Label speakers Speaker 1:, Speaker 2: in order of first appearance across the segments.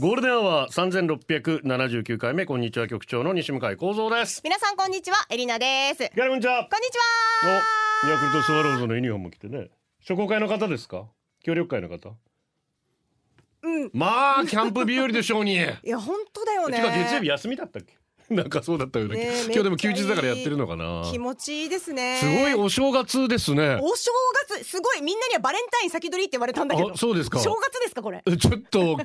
Speaker 1: ゴールデンアワー三千六百七十九回目こんにちは局長の西向井光三です。
Speaker 2: 皆さんこんにちはエリナですこんに
Speaker 1: ギャルこんにちは。
Speaker 2: ちは
Speaker 1: お、ヤクルトスワローズのユニフォーム着てね。初公会の方ですか？協力会の方？うん。まあキャンプ日和でしょうに。てか
Speaker 2: いや本当だよね
Speaker 1: 月曜日休みだったっけ？ なんかそうだったような気、
Speaker 2: ねえ
Speaker 1: 今日でも休日だからや
Speaker 2: めっちゃいい
Speaker 1: ってるのかな。
Speaker 2: 気持ちいいですね
Speaker 1: すごいお正月ですね。
Speaker 2: お正月すごいみんなにはバレンタイン先取りって言われたんだけど
Speaker 1: あそうですか
Speaker 2: 正月ですかこれ
Speaker 1: ちょっと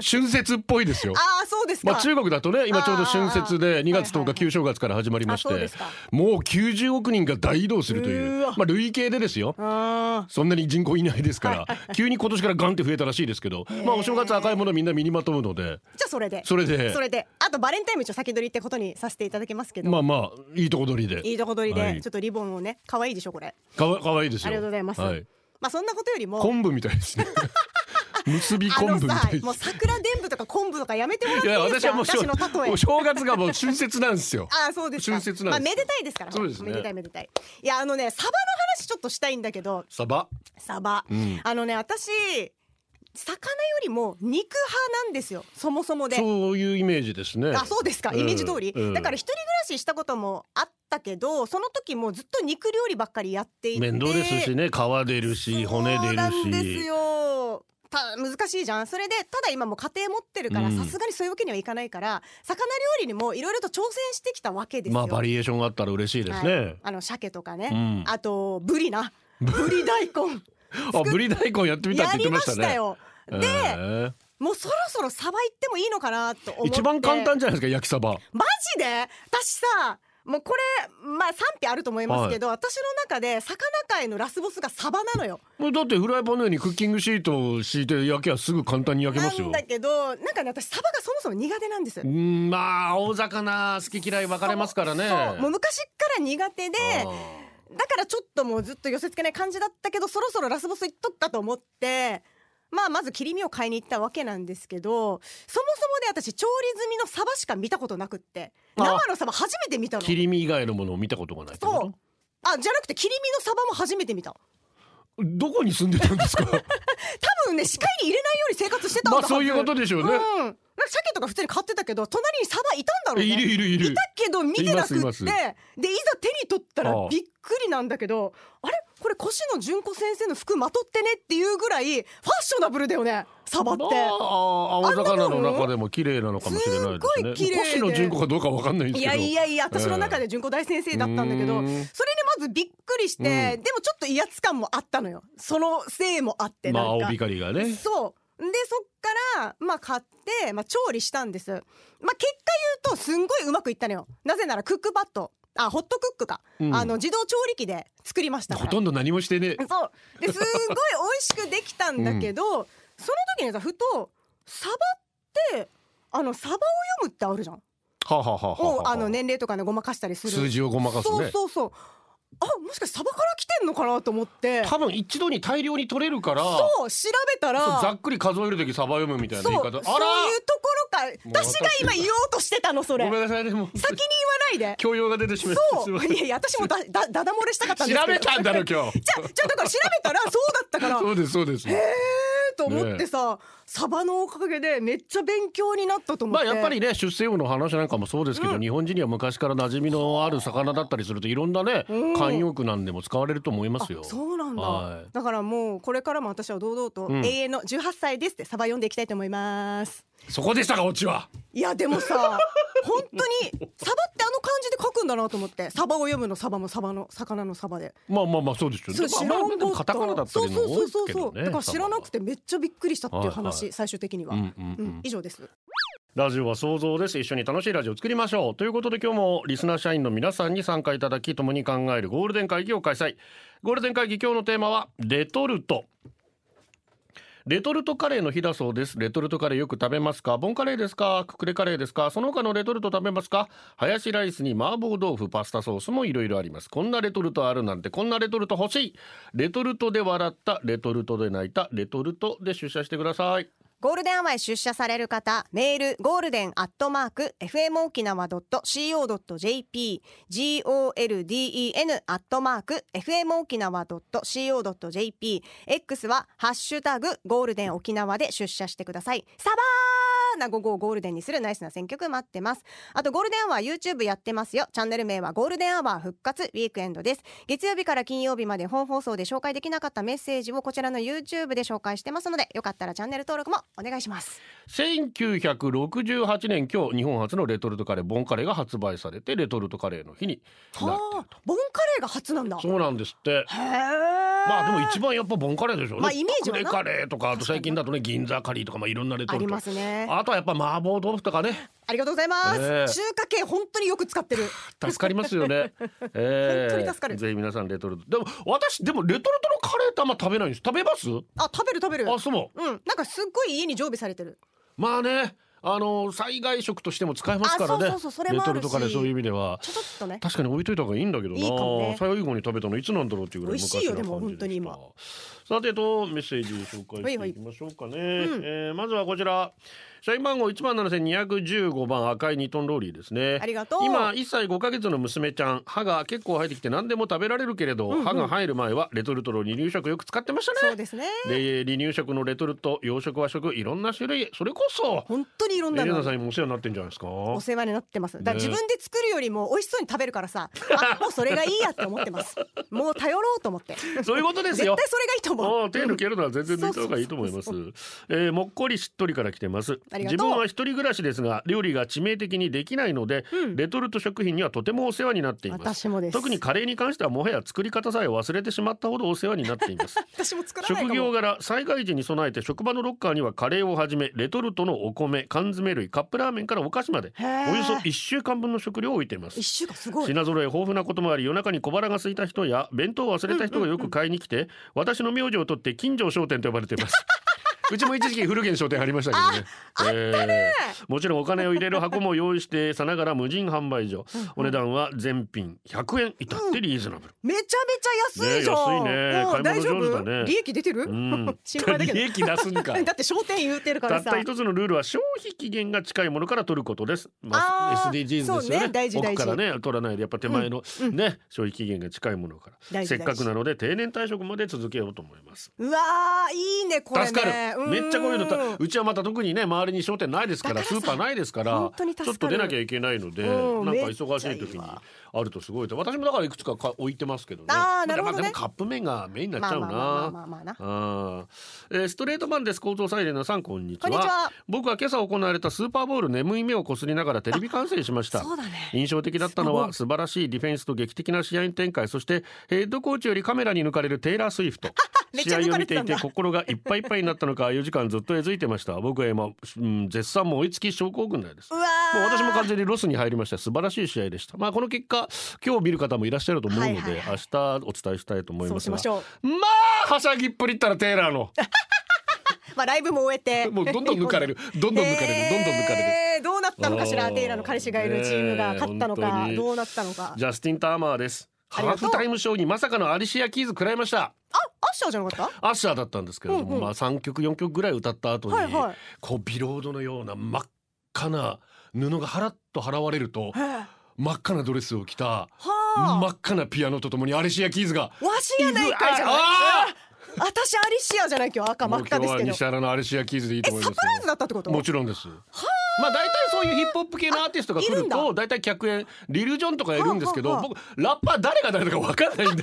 Speaker 1: 春節っぽいですよ。
Speaker 2: ああそうですか、
Speaker 1: まあ中国だとね今ちょうど春節で
Speaker 2: あー
Speaker 1: 2月10
Speaker 2: はいは
Speaker 1: 日
Speaker 2: い
Speaker 1: 旧正月から始まりまして、
Speaker 2: あそうですか
Speaker 1: もう90億人が大移動するという
Speaker 2: うわ
Speaker 1: まあ累計でですよ
Speaker 2: あ
Speaker 1: そんなに人口いないですから、急に今年からガンって増えたらしいですけど、まあお正月赤いものみんな身にまとうので
Speaker 2: ーじゃあそれで
Speaker 1: それで
Speaker 2: それであとバレンタインも一応先取りってことにさせていただきますけど、
Speaker 1: まあまあいいとこ取りで
Speaker 2: いいとこ取りで、
Speaker 1: はい
Speaker 2: ちょっとリボンをね可愛いでしょこれ
Speaker 1: かわかわいいですよ
Speaker 2: ありがとうございます、
Speaker 1: はい、
Speaker 2: まあそんなことよりも
Speaker 1: 昆布みたい ですね結び
Speaker 2: あ
Speaker 1: 昆
Speaker 2: の
Speaker 1: 布み
Speaker 2: さ
Speaker 1: たいで
Speaker 2: もう
Speaker 1: す
Speaker 2: 桜伝舞とか昆布とかやめてもらっ
Speaker 1: い
Speaker 2: てい
Speaker 1: や
Speaker 2: い
Speaker 1: 私
Speaker 2: ですか
Speaker 1: はもうしょ
Speaker 2: 私の例え
Speaker 1: お正月がもう春節なんですよ
Speaker 2: あーそうですか
Speaker 1: 春節なん
Speaker 2: ま
Speaker 1: です
Speaker 2: あめでたいですから
Speaker 1: そうですね
Speaker 2: めでたいめでたいいやあのねサバの話ちょっとしたいんだけど
Speaker 1: サバ
Speaker 2: サバ、
Speaker 1: うん
Speaker 2: あのね私魚よりも肉派なんですよそもそもで
Speaker 1: そういうイメージですね
Speaker 2: あそうですか
Speaker 1: うん
Speaker 2: イメージ通り、
Speaker 1: うん
Speaker 2: だから一人暮らししたこともあったけどその時もずっと肉料理ばっかりやっていて
Speaker 1: 面倒ですしね皮出るし骨
Speaker 2: そうなん
Speaker 1: 出
Speaker 2: で
Speaker 1: る
Speaker 2: す
Speaker 1: し
Speaker 2: よた難しいじゃんそれでただ今もう家庭持ってるから
Speaker 1: うん
Speaker 2: さすがにそういうわけにはいかないから魚料理にもいろいろと挑戦してきたわけですよ、
Speaker 1: まあバリエーションがあったら嬉しいですね、
Speaker 2: はいあの鮭とかね、
Speaker 1: うん
Speaker 2: あとブ リなブリ大根
Speaker 1: あブリ大根やってみたっ
Speaker 2: や
Speaker 1: て言って
Speaker 2: りま
Speaker 1: ました
Speaker 2: し
Speaker 1: ね
Speaker 2: たよで、
Speaker 1: ええ
Speaker 2: もうそろそろサバ行ってもいいのかなと思って
Speaker 1: 一番簡単じゃないですか焼きサバ
Speaker 2: マジで私さもうこれまあ賛否あると思いますけど、私の中で魚界のラスボスがサバなのよ
Speaker 1: もうだってフライパンの上にクッキングシートを敷いて焼けばすぐ簡単に焼け
Speaker 2: な
Speaker 1: ますよ
Speaker 2: んだけどなんかね私サバがそもそも苦手なんです
Speaker 1: うーんまあ大魚好き嫌い分かれますからね
Speaker 2: そうもう昔から苦手で
Speaker 1: あ
Speaker 2: だからちょっともうずっと寄せ付けない感じだったけどそろそろラスボス行っとくかと思ってまあまず切り身を買いに行ったわけなんですけどそもそもね私調理済みのサバしか見たことなくって
Speaker 1: あ
Speaker 2: 生のサバ初めて見た
Speaker 1: ー
Speaker 2: の
Speaker 1: 切り身以外のものを見たことがないってこ
Speaker 2: そうあじゃなくて切り身のサバも初めて見た
Speaker 1: とどこに住んでたん ですか
Speaker 2: 多分ね視界に入れないように生活してたん
Speaker 1: ま
Speaker 2: だ
Speaker 1: あそういうこと
Speaker 2: で
Speaker 1: でしょ
Speaker 2: す
Speaker 1: うね、
Speaker 2: うん、なんか鮭とか普通に買ってたけど隣にサバいたんだろうね
Speaker 1: いるいるいる
Speaker 2: いたけど見てなくって
Speaker 1: い
Speaker 2: でい
Speaker 1: ますいま
Speaker 2: ざ手に取ったら
Speaker 1: ああ
Speaker 2: びっくりなんだけどあれこれ越野純子先生の服まとってねっていうぐらいファッショナブルだよねサバって
Speaker 1: まあ青魚の中でも綺麗なのかもしれない
Speaker 2: すっごい
Speaker 1: です
Speaker 2: 綺
Speaker 1: ね
Speaker 2: 麗で
Speaker 1: 腰の純子かどうか分かんないんです
Speaker 2: い
Speaker 1: けど
Speaker 2: やいやいや私の中
Speaker 1: え
Speaker 2: で純子大先生だったんだけ
Speaker 1: う
Speaker 2: ど、
Speaker 1: ーん
Speaker 2: それでまずびっくりして、
Speaker 1: うん
Speaker 2: でもちょっと威圧感もあったのよそのせいもあって
Speaker 1: ま
Speaker 2: なん
Speaker 1: あ
Speaker 2: か、
Speaker 1: 青光がね
Speaker 2: そうでそっから、まあ、買って、まあ、調理したんです、まあ、結果言うとすんごいうまくいったのよなぜならクックパッドあホットクックか、
Speaker 1: うん
Speaker 2: あの自動調理器で作りましたか
Speaker 1: ほ
Speaker 2: ら
Speaker 1: とんど何もしてね
Speaker 2: そうですんごい美味しくできたんだけど、その時にさふとサバってあのサバを読むってあるじゃん
Speaker 1: はあはあはあはあは
Speaker 2: をあの年齢とかねごまかしたりする
Speaker 1: 数字をごまかす
Speaker 2: そう
Speaker 1: ね
Speaker 2: そうそうあもしかしてサバから来てんのかなと思って
Speaker 1: 多分一度に大量に取れるから
Speaker 2: そう調べたら
Speaker 1: そうざっくり数える時サバ読むみたいな
Speaker 2: そう
Speaker 1: 言い
Speaker 2: そうい
Speaker 1: 方
Speaker 2: うとこ
Speaker 1: あら
Speaker 2: ろか私が今言おうとしてたのそれ
Speaker 1: ごめんなさいねもう
Speaker 2: 先に言わないで
Speaker 1: 教養が出てしまいまし
Speaker 2: そ
Speaker 1: たすいま
Speaker 2: う
Speaker 1: せん
Speaker 2: いやいや私もだだだだ漏れしたかったんです
Speaker 1: 調
Speaker 2: け
Speaker 1: べ
Speaker 2: ど
Speaker 1: たんだろ今日
Speaker 2: じゃじゃだから調べたらそうだったから
Speaker 1: そうですそうです
Speaker 2: と思ってさ、サバのおかげでめっちゃ勉強になったと思
Speaker 1: ま
Speaker 2: っ
Speaker 1: あ
Speaker 2: て、
Speaker 1: やっぱりね出世魚の話なんかもそうですけど、日本人には昔から馴染みのある魚だったりするといろんなね
Speaker 2: うん
Speaker 1: 慣用句なんでも使われると思いますよ
Speaker 2: あそうなんだ、
Speaker 1: はい
Speaker 2: だからもうこれからも私は堂々と、
Speaker 1: うん
Speaker 2: 永遠の18歳ですってサバ読んでいきたいと思います
Speaker 1: そこでしたかオチはい
Speaker 2: やで もさ本当にサバってあの漢字で書くんだなと思ってサバを読むのサバもサバの魚のサバで
Speaker 1: まあまあまあそうですよ
Speaker 2: そ
Speaker 1: でも
Speaker 2: う知らん
Speaker 1: まあまあで
Speaker 2: か
Speaker 1: も
Speaker 2: った
Speaker 1: カタカナだったり
Speaker 2: そう
Speaker 1: も
Speaker 2: そうそう
Speaker 1: 多
Speaker 2: そ
Speaker 1: いうですけ
Speaker 2: そ
Speaker 1: ど
Speaker 2: う
Speaker 1: ね
Speaker 2: だから知らなくてめっちゃびっくりしたっていう話、
Speaker 1: はいはい
Speaker 2: 最終的には、
Speaker 1: う
Speaker 2: うん
Speaker 1: う
Speaker 2: ん
Speaker 1: んうん
Speaker 2: 以上です
Speaker 1: ラジオは想像です一緒に楽しいラジオを作りましょうということで今日もリスナー社員の皆さんに参加いただき共に考えるゴールデン会議を開催ゴールデン会議今日のテーマはレトルトレトルトカレーの日だそうですレトルトカレーよく食べますかボンカレーですかククレカレーですかその他のレトルト食べますかハヤシライスに麻婆豆腐パスタソースもいろいろありますこんなレトルトあるなんてこんなレトルト欲しいレトルトで笑ったレトルトで泣いたレトルトで出社してください
Speaker 2: ゴールデンアワーへ出社される方、メール、ゴールデンアットマーク、fmokinawa.co.jp、golden アットマーク、fmokinawa.co.jp、X は、ハッシュタグ、ゴールデン沖縄で出社してください。サバーな午後をゴールデンにするナイスな選曲待ってます。あと、ゴールデンアワー YouTube やってますよ。チャンネル名はゴールデンアワー復活ウィークエンドです。月曜日から金曜日まで本放送で紹介できなかったメッセージをこちらの YouTube で紹介してますので、よかったらチャンネル登録もお願いします。
Speaker 1: 1968年今日日本初のレトルトカレーボンカレーが発売されてレトルトカレーの日になって
Speaker 2: あ、ボンカレーが初なんだ。へ
Speaker 1: そうなんですって
Speaker 2: え。
Speaker 1: まあでも一番やっぱボンカレーでしょうね。
Speaker 2: まあイメージはな
Speaker 1: クレカレーとかあと最近だとね銀座カリーとかまあいろんなレト
Speaker 2: あ
Speaker 1: ルト。
Speaker 2: りますね。
Speaker 1: あとはやっぱ麻婆豆腐とか ね
Speaker 2: ありがとうございます。
Speaker 1: ええ
Speaker 2: 中華系本当によく使ってる。
Speaker 1: 助かりますよ ね。え
Speaker 2: 本当に助かる
Speaker 1: ぜひ皆さんレトルト。でも私でもレトルトのカレーってあんま食べないんです。食べます？
Speaker 2: あ、食べる食べる。
Speaker 1: あそう。
Speaker 2: うん、なんかすっごい家に常備されてる。
Speaker 1: まあねあの災害食としても使えますからね。
Speaker 2: あそうそうそうそれ
Speaker 1: レ
Speaker 2: もあるし
Speaker 1: トルトカレーそういう意味では。
Speaker 2: ちょっとね。
Speaker 1: 確かに置いといた方がいいんだけどない
Speaker 2: いかもね
Speaker 1: 最後に食べたのいつなんだろうっていうぐらい
Speaker 2: 美味
Speaker 1: 昔の
Speaker 2: しいよでも
Speaker 1: 感じでした
Speaker 2: 本
Speaker 1: さてとメッセージ紹介していきましょうかね、
Speaker 2: うん
Speaker 1: えーまずはこちら社員番号1万7215番赤いニトンローリーですね
Speaker 2: ありがとう
Speaker 1: 今1歳5ヶ月の娘ちゃん歯が結構生えてきて何でも食べられるけれど、歯が生える前はレトルトの離乳食よく使ってましたね
Speaker 2: そうですね。
Speaker 1: で離乳食のレトルト洋食和食いろんな種類それこそ
Speaker 2: 本当にいろん
Speaker 1: エ
Speaker 2: な
Speaker 1: レナ
Speaker 2: の
Speaker 1: さんにもお世話になってんじゃないですか
Speaker 2: お世話になってますだか
Speaker 1: ね
Speaker 2: ら自分で作るよりも美味しそうに食べるか らさ、あもうそれがいいやって思ってますもう頼ろうと思って絶対
Speaker 1: そういうことで
Speaker 2: そ
Speaker 1: す
Speaker 2: れが
Speaker 1: よ
Speaker 2: いいと思う
Speaker 1: ああ手抜けるのは全然抜いた方がいいと思います
Speaker 2: そう。
Speaker 1: えーもっこりしっとりから来てます。
Speaker 2: ありがと
Speaker 1: 自
Speaker 2: う
Speaker 1: 分は一人暮らしですが料理が致命的にできないので、
Speaker 2: うん
Speaker 1: レトルト食品にはとてもお世話になっています。
Speaker 2: 私もです
Speaker 1: 特にカレーに関してはもはや作り方さえ忘れてしまったほどお世話になってい ます。
Speaker 2: 私も作らないかも
Speaker 1: 職業柄災害時に備えて職場のロッカーにはカレーをはじめレトルトのお米缶詰類カップラーメンからお菓子まで
Speaker 2: へー
Speaker 1: およそ1週間分の食料を置いています
Speaker 2: 一週間すごい
Speaker 1: 品揃え豊富なこともあり夜中に小腹が空いた人や弁当を忘れた人がよく買いに来て、私の名字を取って近所商店と呼ばれています うちも一時期古源商店ありましたけどねえーもちろんお金を入れる箱も用意してさながら無人販売所お値段は全品100円至ってリーズナブル、
Speaker 2: めちゃめちゃ安いじゃん、
Speaker 1: ね安いね
Speaker 2: もう
Speaker 1: 買い
Speaker 2: 大
Speaker 1: 物上
Speaker 2: 丈
Speaker 1: 手だね
Speaker 2: 夫、利益出てる、
Speaker 1: うん
Speaker 2: 心配だけど
Speaker 1: 利益出すんか
Speaker 2: だって商店言うてる か
Speaker 1: た
Speaker 2: ら
Speaker 1: っ
Speaker 2: さ
Speaker 1: た一つのルールは消費期限が近いものから取ることです。ま
Speaker 2: あ
Speaker 1: あ、
Speaker 2: ー
Speaker 1: SDGs ですよ
Speaker 2: そうね
Speaker 1: ね
Speaker 2: 大事大事
Speaker 1: 奥からね取らないでやっぱ手前の、ね消費期限が近いものか
Speaker 2: 大
Speaker 1: ら
Speaker 2: 事
Speaker 1: せっかくなので定年退職まで続けようと思います。
Speaker 2: うわーいいねこれね
Speaker 1: 助かる
Speaker 2: ん
Speaker 1: めっちゃこういうのたうちはまた特にね周りに商店ないですから
Speaker 2: だからさ
Speaker 1: スーパーないですか
Speaker 2: 本
Speaker 1: ら
Speaker 2: 当に助
Speaker 1: ち
Speaker 2: か
Speaker 1: ょ
Speaker 2: る
Speaker 1: っと出なきゃいけないので、
Speaker 2: うん
Speaker 1: なんか
Speaker 2: めっちゃ
Speaker 1: 忙しい時
Speaker 2: い
Speaker 1: に
Speaker 2: いわ
Speaker 1: あるとすごいと私もだからいくつかか置いてますけどね
Speaker 2: あーなるほど
Speaker 1: ま
Speaker 2: ね
Speaker 1: あでもカップ麺がメインになっちゃうな、
Speaker 2: まあまあまあまあまあな
Speaker 1: あーえーストレートマンです構造サイレンのさんこんにち
Speaker 2: こ
Speaker 1: は
Speaker 2: んにちは
Speaker 1: 僕は今朝行われたスーパーボール眠い目をこすりながらテレビ観戦しました
Speaker 2: そうだね
Speaker 1: 印象的だったのは素晴らしいディフェンスと劇的な試合展開そしてヘッドコーチよりカメラに抜かれるテイラー・スウィフト
Speaker 2: めっち
Speaker 1: 試
Speaker 2: ゃ抜
Speaker 1: 合
Speaker 2: か
Speaker 1: を
Speaker 2: れ
Speaker 1: 見
Speaker 2: て
Speaker 1: て
Speaker 2: た
Speaker 1: い
Speaker 2: んだ
Speaker 1: て心がいっぱいいっぱいになったのか4時間ずっとえずいてました僕は今、うん、絶賛も追いつき症候群なんです
Speaker 2: うわー
Speaker 1: もう私も完全にロスに入りました素晴らしい試合でしたまあこの結果今日見る方もいらっしゃると思うので、
Speaker 2: はいはいはい
Speaker 1: 明日お伝えしたいと思い
Speaker 2: そう
Speaker 1: ま
Speaker 2: し
Speaker 1: すが
Speaker 2: ましょう
Speaker 1: まあはしゃぎっぷりったらテイラーの
Speaker 2: まあライブも終えて
Speaker 1: もうどんどん抜かれるどんどん抜かれるどんどん抜かれる
Speaker 2: えーどうなったのかしらテイラーの彼氏がいるチームが勝ったの
Speaker 1: ねえ本
Speaker 2: か
Speaker 1: 当に
Speaker 2: どうなったのか
Speaker 1: ジャスティン・ターマーです。
Speaker 2: あ
Speaker 1: ハ
Speaker 2: り
Speaker 1: ー
Speaker 2: がとう
Speaker 1: フタイムショーにまさかのアリシア・キーズ食らいました。
Speaker 2: あアッシャーじゃなかった
Speaker 1: アッシャーだったんですけれども、
Speaker 2: うんうん
Speaker 1: まあ3曲4曲ぐらい歌った後に、
Speaker 2: はいはい
Speaker 1: こうビロードのような真っ赤な布がはらっと払われると
Speaker 2: は
Speaker 1: 真っ赤なドレスを着た
Speaker 2: あ、
Speaker 1: 真っ赤なピアノとともにアリシア・キーズが
Speaker 2: わしやないかいじゃない
Speaker 1: あ
Speaker 2: 私アリシアじゃない今日赤真っ赤で
Speaker 1: もう
Speaker 2: す
Speaker 1: 今日
Speaker 2: け
Speaker 1: は
Speaker 2: どえ
Speaker 1: 西
Speaker 2: サ
Speaker 1: 原のアリシア・キーズでいいと
Speaker 2: プ
Speaker 1: 思い
Speaker 2: ラ
Speaker 1: ま
Speaker 2: イ
Speaker 1: す
Speaker 2: ズだったってこと
Speaker 1: もちろんです。まあ大体そういうヒップホップ系のアーティストが来
Speaker 2: あいる
Speaker 1: る
Speaker 2: んだ
Speaker 1: と大体客演リル・ジョンとかいるんですけ
Speaker 2: はあ
Speaker 1: ど
Speaker 2: はあ
Speaker 1: 僕ラッパー誰が誰だか分かんないん で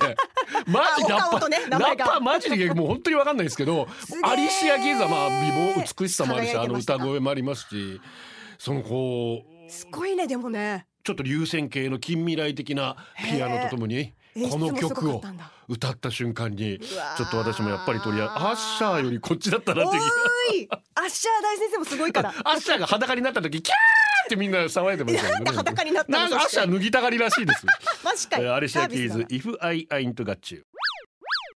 Speaker 1: マジラ
Speaker 2: あ
Speaker 1: ッ
Speaker 2: 岡
Speaker 1: パー、
Speaker 2: 本ね名
Speaker 1: ラ
Speaker 2: 前
Speaker 1: ッ
Speaker 2: が
Speaker 1: パーマジでもう本当に分かんないんですけど
Speaker 2: げえ
Speaker 1: アリシア・キーズはまあ美貌美しさもあるし
Speaker 2: 輝い
Speaker 1: あ
Speaker 2: て
Speaker 1: の
Speaker 2: ました
Speaker 1: 歌声もありますしそのこう
Speaker 2: すごいねでもね
Speaker 1: ちょっと流線形の近未来的なピアノとともに
Speaker 2: へえ
Speaker 1: この
Speaker 2: 演出もすご
Speaker 1: 曲
Speaker 2: かっ
Speaker 1: を
Speaker 2: たんだ
Speaker 1: 歌った瞬間に
Speaker 2: うわー
Speaker 1: ちょっと私もやっぱり取り合うアッシャーよりこっちだったなっていう気が。
Speaker 2: おーいアッシャー大先生もすご いから
Speaker 1: アッシャーが裸になった時キャーってみんな騒いでましたよね
Speaker 2: なんで裸になったの
Speaker 1: なんかアッ シャー脱ぎたがりらしいです
Speaker 2: マジか
Speaker 1: え
Speaker 2: よ
Speaker 1: ーアリシア・キーズ
Speaker 2: サ
Speaker 1: 「If I ain't got you」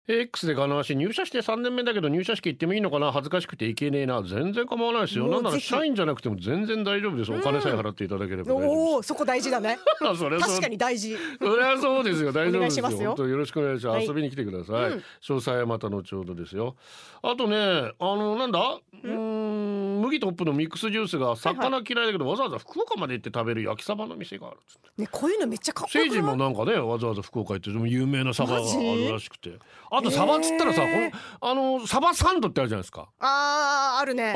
Speaker 1: X でガナシ入社して3年目だけど入社式行ってもいいのかな恥ずかしくて行けねえな全然構わないですよ
Speaker 2: もう
Speaker 1: なんなら
Speaker 2: ぜひ
Speaker 1: 社員じゃなくても全然大丈夫ですお金さえ払っていただければ大丈夫
Speaker 2: おおそこ大事だね
Speaker 1: ですそれはそう
Speaker 2: 確かに大事
Speaker 1: そりゃそうですよ。大丈夫ですよ。
Speaker 2: お願いしますよ
Speaker 1: 本当よろしくお願いします。
Speaker 2: はい
Speaker 1: 遊びに来てください。
Speaker 2: うん
Speaker 1: 詳細はまた後ほどですよ。あとね、あのなんだ、うーん、麦とホップのミックスジュースが魚嫌いだけど、わざわざ福岡まで行って食べる焼きサバの店があるっつって。
Speaker 2: ねこういうのめっちゃかっこ
Speaker 1: 聖
Speaker 2: よく
Speaker 1: 人も
Speaker 2: ない
Speaker 1: なんかね、わざわざ福岡行ってでも有名なサバが
Speaker 2: マジ
Speaker 1: あるらしくて。あとサバっつったらさ、
Speaker 2: えー
Speaker 1: このあのサバサンドってあるじゃないですか。
Speaker 2: あーあるね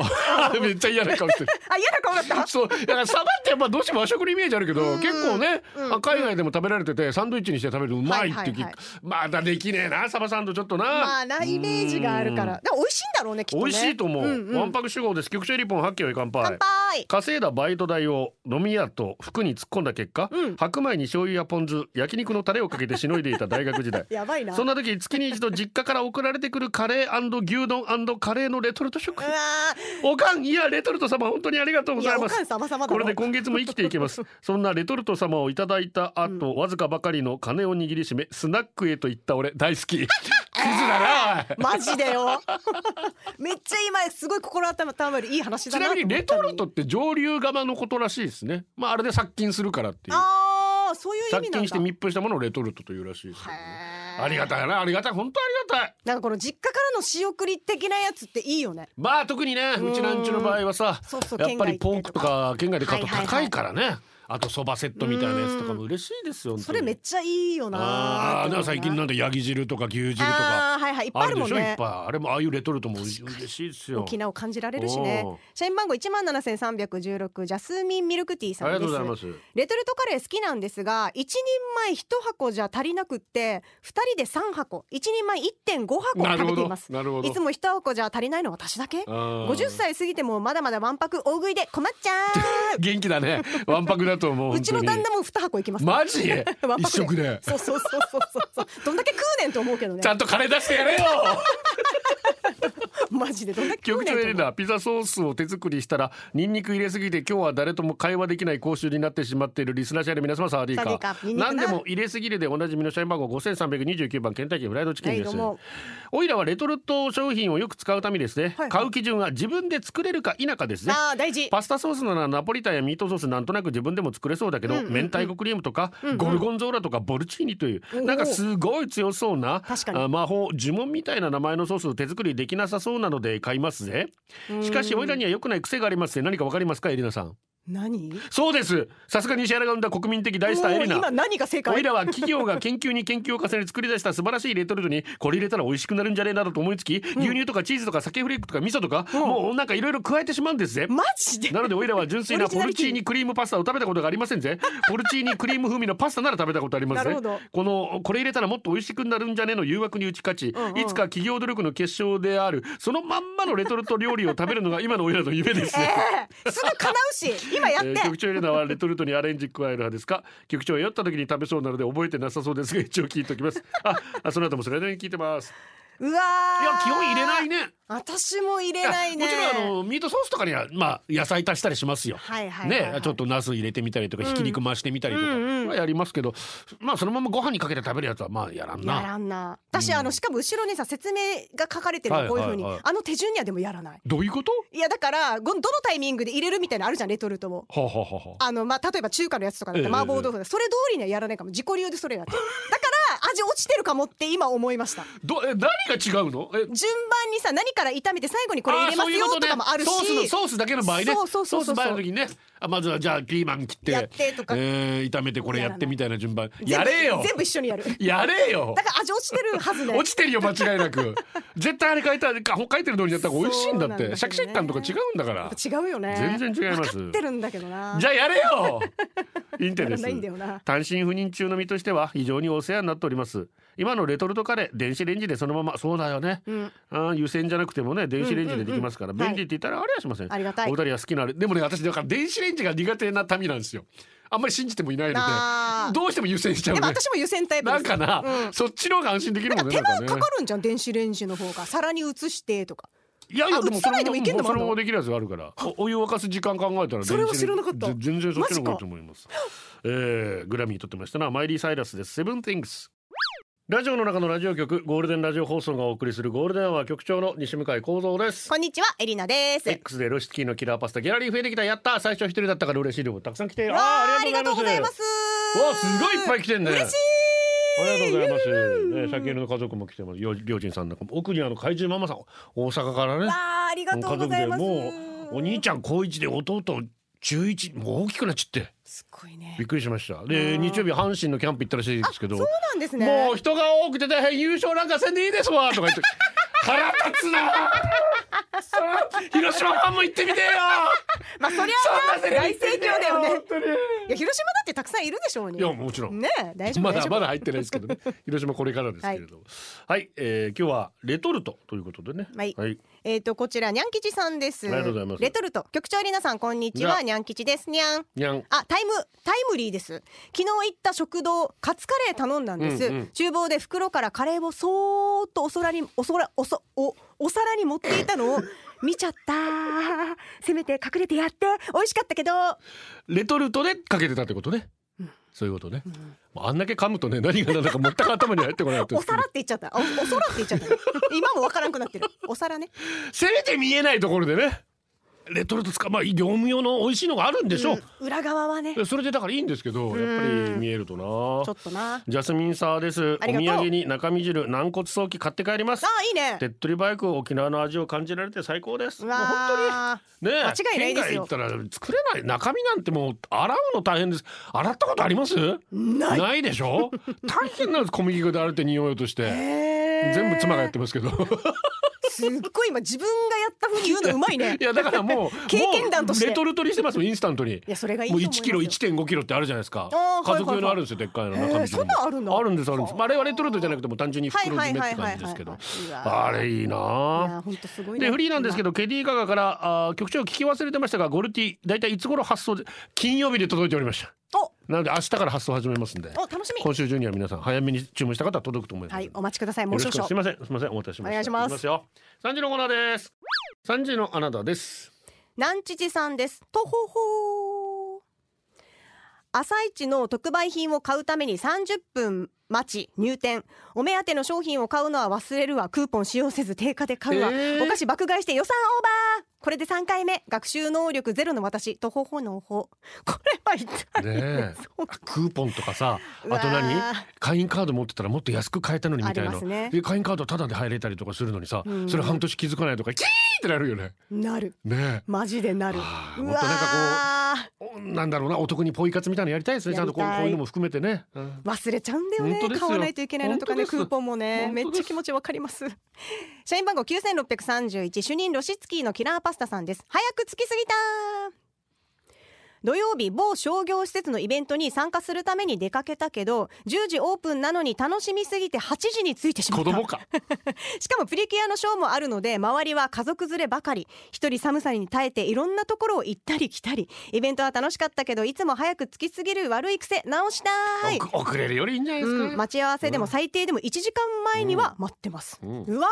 Speaker 1: めっちゃ嫌な顔してる。
Speaker 2: あ嫌な顔だっ た
Speaker 1: そうだからサバってやっぱどうしても和食のイメージあるけど結構ね、あ海外でも食べられててサンドイッチにして食べるとうまいっていう、
Speaker 2: はいはいはい
Speaker 1: まだできねえなサバサンドちょっとな、
Speaker 2: まあなイメージがあるからでも美味しいんだろうねきっとね
Speaker 1: 美味しいと思う、
Speaker 2: んん
Speaker 1: わんぱく酒豪です局所エリポン発狂へ乾杯
Speaker 2: 乾杯
Speaker 1: 稼いだバイト代を飲み屋と服に突っ込んだ結果、
Speaker 2: うん
Speaker 1: 白米に醤油やポン酢焼肉のタレをかけてしのいでいた大学時代
Speaker 2: やばいな
Speaker 1: そんな時月に一度実家から送られてくるカレー牛丼カレーのレトルト食
Speaker 2: うわ
Speaker 1: おかんいやレトルト様本当にありがとう
Speaker 2: ー
Speaker 1: ご
Speaker 2: い
Speaker 1: ざ
Speaker 2: や
Speaker 1: い
Speaker 2: お
Speaker 1: ます
Speaker 2: かん様様だ
Speaker 1: これ
Speaker 2: ろ
Speaker 1: で今月も生きていけ ますそんなレトルト様をいただいた後、わずかばかりの金を握りしめスナックへと行った俺大好 きクズだなおい
Speaker 2: マジでよ めっちゃ今すごい心温まるいい話だ
Speaker 1: ち
Speaker 2: な
Speaker 1: なみにレトル
Speaker 2: と
Speaker 1: ト
Speaker 2: 思っ
Speaker 1: って上流釜のことらしいですねまああれで殺菌するからってい
Speaker 2: た
Speaker 1: う
Speaker 2: のにああそういう意
Speaker 1: 殺
Speaker 2: 味なん
Speaker 1: 菌
Speaker 2: だ
Speaker 1: して密封したものをレトルトというらしいですけどね
Speaker 2: へー
Speaker 1: ありがたいなありがたい本当ありがたい
Speaker 2: なんかこの実家からの仕送り的なやつっていいよね
Speaker 1: まあ特にねうちなんちの場合はさ
Speaker 2: そうそう
Speaker 1: やっぱり
Speaker 2: 県外
Speaker 1: ポ
Speaker 2: 行
Speaker 1: ー
Speaker 2: って
Speaker 1: ク
Speaker 2: と
Speaker 1: と
Speaker 2: か
Speaker 1: か県外で買うと
Speaker 2: はいはいは
Speaker 1: 高
Speaker 2: い
Speaker 1: いからねあとそばセットみたいなやつとかも嬉しいですよ本当に
Speaker 2: それめっちゃいいよな
Speaker 1: ああ、だから最近なんだヤギ汁とか牛汁とか。
Speaker 2: あーはいはいいっぱい
Speaker 1: あ
Speaker 2: あ
Speaker 1: る
Speaker 2: る
Speaker 1: で
Speaker 2: も
Speaker 1: し
Speaker 2: ん
Speaker 1: ょいっ
Speaker 2: ね
Speaker 1: ぱいあれもああいうレトルトも嬉しいですよ。
Speaker 2: 沖縄を感じられるしね
Speaker 1: おー
Speaker 2: 社員番号一万七千三百十六ジャスミンミルクティーさ
Speaker 1: あ
Speaker 2: ん
Speaker 1: り
Speaker 2: です
Speaker 1: がとうございます。
Speaker 2: レトルトカレー好きなんですが一人前一箱じゃ足りなくって二人で三箱一人前一点五箱
Speaker 1: なる
Speaker 2: 食べ
Speaker 1: ほ
Speaker 2: てい
Speaker 1: ど
Speaker 2: ます。
Speaker 1: なるほど。
Speaker 2: いつも一箱じゃ足りないのは私だ
Speaker 1: あ
Speaker 2: け
Speaker 1: ー
Speaker 2: 50歳過ぎてもまだまだわんぱく大食いで困っちゃ
Speaker 1: 元気だね。わんぱくだと思う。
Speaker 2: ううちの旦
Speaker 1: 本
Speaker 2: 那も二箱いきま
Speaker 1: 当
Speaker 2: す
Speaker 1: に。マジ で
Speaker 2: わんぱ
Speaker 1: 一
Speaker 2: く
Speaker 1: 食で。
Speaker 2: でそうそうそうそうそうどんだけ食うねんと思うけどね
Speaker 1: ちゃんと金出してやれ よ。
Speaker 2: マジでどんだけ食
Speaker 1: 局
Speaker 2: う
Speaker 1: 長
Speaker 2: ね
Speaker 1: エレ
Speaker 2: んと思う
Speaker 1: ナピザソースを手作りしたらニンニク入れすぎて今日は誰とも会話できない講習になってしまっているリスナー社の皆様サワディ
Speaker 2: サワ
Speaker 1: ー
Speaker 2: ディ
Speaker 1: カ
Speaker 2: ーカニンニクな
Speaker 1: 何でも入れすぎるでおなじみの社員番号5329番ケンタッキーフライドチキンで
Speaker 2: はい
Speaker 1: す
Speaker 2: どうも
Speaker 1: おいらはレトルト商品をよく使うためにですね、
Speaker 2: はい
Speaker 1: 買う基準は自分で作れるか否かですね
Speaker 2: あー大事
Speaker 1: パスタソースならナポリタンやミートソースなんとなく自分でも作れそうだけど、明太子クリームとか、ゴルゴンゾーラとかボルチーニという、
Speaker 2: おー
Speaker 1: なんかすごい強そうな
Speaker 2: 確かに
Speaker 1: あ魔法呪文みたいな名前のソースを手作りできなさそうなので買いますぜしかしおいらには良くない癖がありますね何かわかりますかエリナさん
Speaker 2: 何
Speaker 1: そうですさすが西原が生んだ国民的大スターエリ
Speaker 2: もう今
Speaker 1: ナ
Speaker 2: 何が正
Speaker 1: おい
Speaker 2: 解
Speaker 1: らは企業が研究に研究を重ね作り出した素晴らしいレトルトにこれ入れたら美味しくなるんじゃねえなどと思いつき、牛乳とかチーズとか酒フレークとか味噌とか、もうなんかいろいろ加えてしまうんですぜ
Speaker 2: マジで
Speaker 1: なのでおいらは純粋な
Speaker 2: オリジ
Speaker 1: ポ
Speaker 2: ナ
Speaker 1: ル
Speaker 2: リティ
Speaker 1: チーニクリームパスタを食べたことがありません ぜポルチーニクリーム風味のパスタなら食べたことあります
Speaker 2: なる
Speaker 1: ね
Speaker 2: ほど
Speaker 1: このこれ入れたらもっと美味しくなるんじゃねの誘惑に打ち勝ち、
Speaker 2: うんうん
Speaker 1: いつか企業努力の結晶であるそのまんまのレトルト料理を食べるのが今のおいらの夢です ね、
Speaker 2: えーすぐ叶う し今やっ
Speaker 1: え
Speaker 2: て、
Speaker 1: ー局長エレナはレトルトにアレンジ加える派ですか局長は酔った時に食べそうなので覚えてなさそうです が一応聞いておきますああその後もそれなりに聞いてます
Speaker 2: うわ
Speaker 1: い
Speaker 2: ー
Speaker 1: や基本入れないね
Speaker 2: 私も入れないね
Speaker 1: いやもちろんあのミートソースとかにはまあ野菜足したりしますよ。
Speaker 2: はいはいはいはい
Speaker 1: ねちょっとナス入れてみたりとか、ひき肉回してみたりとか
Speaker 2: うんうん
Speaker 1: はやりますけど、まあそのままご飯にかけて食べるやつはまあやらん
Speaker 2: や
Speaker 1: な。
Speaker 2: らんな私、あのしかも後ろにさ説明が書かれてる
Speaker 1: はい
Speaker 2: のこういうふうに、
Speaker 1: はいはい
Speaker 2: あの手順にはでもやらない
Speaker 1: どういうこと？
Speaker 2: いやだからごどのタイミングで入れるみたいなのあるじゃんレトルトも
Speaker 1: はあ、はあはあはあ
Speaker 2: あのまあ例えば中華のやつとかだった
Speaker 1: ええ
Speaker 2: ら麻婆豆腐だそれ通りにはやらないかも自己流でそれやってるだから味落ちてるかもって今思いました
Speaker 1: どえ何が違うの？え
Speaker 2: 順番にさ何から炒めて最後にこれ入れますよ
Speaker 1: あーそういうこと
Speaker 2: と
Speaker 1: ね
Speaker 2: かもあるし
Speaker 1: ソースのソースだけの場合ね。
Speaker 2: そうそうそうそ
Speaker 1: ソー
Speaker 2: う
Speaker 1: ス場合の時にね、あまずはじゃあピーマン切って、
Speaker 2: やってとか
Speaker 1: えー炒めてこれやってみたいな順番。
Speaker 2: 全
Speaker 1: や
Speaker 2: 部
Speaker 1: れよ。
Speaker 2: 全部一緒にやるだ
Speaker 1: やれよ。
Speaker 2: から味落ちてるはずね
Speaker 1: 落ちてるよ間違いなく絶対あれ書いたか書いてる通りだったら美味しいんだっ
Speaker 2: そうなんだ
Speaker 1: て
Speaker 2: よね
Speaker 1: シャキシャキ感とか違うんだから
Speaker 2: 違うよね
Speaker 1: 全然違います
Speaker 2: 分かってるんだけどな
Speaker 1: じゃあやれ よインテ
Speaker 2: や
Speaker 1: で
Speaker 2: ら
Speaker 1: す
Speaker 2: ないんだよな
Speaker 1: 単身赴任中の身としては非常にお世話になっております今のレトルトカレー電子レンジでそのままそうだよね、
Speaker 2: うん
Speaker 1: あー湯煎じゃなくてもね電子レンジでできますから、
Speaker 2: うんうんうん
Speaker 1: 便利って言ったらありはしません、
Speaker 2: ありがたい
Speaker 1: お二人は好きなあれでもね私だから電子レンジが苦手な民なんですよあんまり信じてもいないので
Speaker 2: あー
Speaker 1: どうしても湯煎しちゃう
Speaker 2: で
Speaker 1: ね
Speaker 2: も私も湯煎タイプ
Speaker 1: な
Speaker 2: で
Speaker 1: ん
Speaker 2: す
Speaker 1: かな、
Speaker 2: うん
Speaker 1: そっちの方が安心できるもんね
Speaker 2: 手
Speaker 1: なん
Speaker 2: 間
Speaker 1: ね
Speaker 2: かかるんじゃん電子レンジの方が皿に移してとか
Speaker 1: いやいや
Speaker 2: あ
Speaker 1: でも
Speaker 2: 映
Speaker 1: そ
Speaker 2: さ
Speaker 1: れ
Speaker 2: ないで
Speaker 1: も
Speaker 2: もいけんの
Speaker 1: それ
Speaker 2: ま
Speaker 1: も
Speaker 2: だ
Speaker 1: できるやつがあるからおお湯を沸かす時間考えたら
Speaker 2: それは
Speaker 1: 電子レンジ
Speaker 2: 知らなかった
Speaker 1: ぜ全然そっちの方がいい
Speaker 2: マジか
Speaker 1: と思いますえー、グラミー取ってましたなマイリー・サイラスですセブンティングスラジオの中のラジオ局ゴールデンラジオ放送がお送りするゴールデンアワー局長の西向井光三です
Speaker 2: こんにちはエリナです。
Speaker 1: X でロシティのキラーパスタギャラリー増えてきたやったー最初一人だったから嬉しいでもたくさん来て
Speaker 2: わあありがとうございます。
Speaker 1: わあすごいいっぱい来てんね
Speaker 2: 嬉しい。
Speaker 1: ありがとうございます。ね、先ほどの家族も来てます。よ、りょうちんさんなんかも、奥にあの怪獣ママさん、大阪からね
Speaker 2: わ。あありが
Speaker 1: もう
Speaker 2: と
Speaker 1: 家
Speaker 2: うご
Speaker 1: 族
Speaker 2: ざ
Speaker 1: で
Speaker 2: います。
Speaker 1: もう、お兄ちゃん高一で弟中一、もう大きくなっちゃって、
Speaker 2: すごいね
Speaker 1: びっ。くりしました。で、
Speaker 2: うん
Speaker 1: 日曜日阪神のキャンプ行ったらしいですけど。
Speaker 2: そうなんですね。
Speaker 1: もう人が多くて大変優勝なんかせんでいいですわとか言 って。腹立つなー。さあ広島ファンも行ってみてえよ。
Speaker 2: まあそり
Speaker 1: そんな
Speaker 2: ゃ
Speaker 1: セ
Speaker 2: あ
Speaker 1: レブ
Speaker 2: な
Speaker 1: 行
Speaker 2: 大
Speaker 1: って
Speaker 2: 盛
Speaker 1: みて
Speaker 2: 況
Speaker 1: えよ
Speaker 2: だよね。
Speaker 1: 本当に。
Speaker 2: いや広島だってたくさんいるでしょうに。
Speaker 1: いや、もちろん。
Speaker 2: ねえ大丈夫
Speaker 1: ま
Speaker 2: 大
Speaker 1: だ
Speaker 2: 丈夫
Speaker 1: まだ入ってないですけど ね広島これからですけれどもはい、えー今日はレトルトということでね
Speaker 2: はい
Speaker 1: はい、
Speaker 2: えっ、とこちらにゃん吉さんです。
Speaker 1: ありがとうございます
Speaker 2: レトルト局長りなさんこんにち
Speaker 1: いや
Speaker 2: はにゃん吉ですにゃん。
Speaker 1: にゃん
Speaker 2: あタイムタイムリーです昨日行った食堂カツカレー頼んだんです、
Speaker 1: うんうん
Speaker 2: 厨房で袋からカレーをそーっとお皿にお皿おそおお皿に持っていたの を見ちゃったせめて隠れてやって美味しかったけど
Speaker 1: レトルトでかけてたってことね、そういうことね、もうあんだけ噛むとね何が何だか全く頭に入ってこないって
Speaker 2: お皿って言っちゃったあおお皿って言っちゃったね今もわからんくなってるお皿ね
Speaker 1: せめて見えないところでねレトルト使うまあ業務用の美味しいのがあるんでしょ
Speaker 2: うん裏側はね
Speaker 1: う、それでだからいいんですけどやっぱり見えると
Speaker 2: ちょ
Speaker 1: な
Speaker 2: っとな
Speaker 1: ジャスミンサーですお
Speaker 2: ありがとう
Speaker 1: 土産に中身汁軟骨早期買って帰ります
Speaker 2: あいいね
Speaker 1: 手っ取り早く沖縄の味を感じられて最高です
Speaker 2: う
Speaker 1: もう本当に
Speaker 2: わ
Speaker 1: ねえ、
Speaker 2: 間違いないですよ
Speaker 1: 県外行ったら作れない中身なんてもう洗うの大変です洗ったことありますないでし ょ大変なんです小麦粉で洗って匂い落として、
Speaker 2: ーへー
Speaker 1: 全部妻がやってます けど
Speaker 2: すっごい今自分がやった風に言うのうまいね
Speaker 1: いやだからもう
Speaker 2: 経験談として
Speaker 1: もうレトルトにしてますもんインスタントに
Speaker 2: いやそれがいいと
Speaker 1: もう1
Speaker 2: 思いますよ
Speaker 1: キロ1.5キロってあるじゃないですか
Speaker 2: あー
Speaker 1: 家族用の
Speaker 2: は
Speaker 1: あ
Speaker 2: いはいは
Speaker 1: るんで
Speaker 2: い
Speaker 1: すよでっかいの
Speaker 2: え
Speaker 1: 中身
Speaker 2: ーそんなんあるの
Speaker 1: あるんですあるんですまああれはレトルトじゃなくても単純に袋詰めって感じですけど
Speaker 2: はいはいはいはいは
Speaker 1: あれいいなあ
Speaker 2: いや本当すごい
Speaker 1: でフリーなんですけ
Speaker 2: ど
Speaker 1: どケディガガからあー局長聞き忘れてましたがゴルティ大体いつ頃発送で金曜日で届いておりました
Speaker 2: お
Speaker 1: なので明日から発送始めますんで
Speaker 2: お楽しみ
Speaker 1: 今週中には皆さん早めに注文した方は届くと思います、
Speaker 2: はいお待ちください
Speaker 1: よ
Speaker 2: も
Speaker 1: ろし
Speaker 2: う少
Speaker 1: く
Speaker 2: 々
Speaker 1: すいませんすいませんお待たせしました
Speaker 2: お願いします
Speaker 1: きよ三時のコーナーです三時のあなたです
Speaker 2: 南知さんですとほほー朝一の特売品を買うために30分待ち入店お目当ての商品を買うのは忘れるわクーポン使用せず定価で買うわ、
Speaker 1: えー
Speaker 2: お菓子爆買いして予算オーバーこれで3回目学習能力ゼロの私とほほのほこれは一体
Speaker 1: ねえクーポンとかさあ
Speaker 2: うわー
Speaker 1: と何会員カード持ってたらもっと安く買えたのにみたい
Speaker 2: あり
Speaker 1: な、
Speaker 2: ますね
Speaker 1: で会員カードタダで入れたりとかするのにさ、
Speaker 2: うん
Speaker 1: それ半年気づかないとかキーってなるよね
Speaker 2: なる
Speaker 1: ねえ
Speaker 2: マジでなる
Speaker 1: あー
Speaker 2: う
Speaker 1: もっ
Speaker 2: わ
Speaker 1: となんかこう
Speaker 2: ー
Speaker 1: おなんだろうなお得にポイ活みたいなのやりたいですねちゃんとこう
Speaker 2: やりたい
Speaker 1: こういうのも含めてね、うん
Speaker 2: 忘れちゃうんだよね
Speaker 1: 本当ですよ
Speaker 2: 買わないといけないのとかね
Speaker 1: 本当で
Speaker 2: ク
Speaker 1: す
Speaker 2: ーポンもね
Speaker 1: 本当
Speaker 2: め
Speaker 1: で
Speaker 2: っ
Speaker 1: す
Speaker 2: ちゃ気持ちわかります 社員番号9631主任ロシツキーのキラーパスタさんです早く着きすぎた土曜日某商業施設のイベントに参加するために出かけたけど10時オープンなのに楽しみすぎて8時に着いてしまっ
Speaker 1: 子
Speaker 2: た
Speaker 1: 供か
Speaker 2: しかもプリキュアのショーもあるので周りは家族連ればかり一人寒さに耐えていろんなところを行ったり来たりイベントは楽しかったけどいつも早く着きすぎる悪い癖直したい
Speaker 1: おく遅れるよりいいんじゃないですか、
Speaker 2: うん、待ち合わせでも最低でも1時間前には待ってます、う
Speaker 1: うん
Speaker 2: わ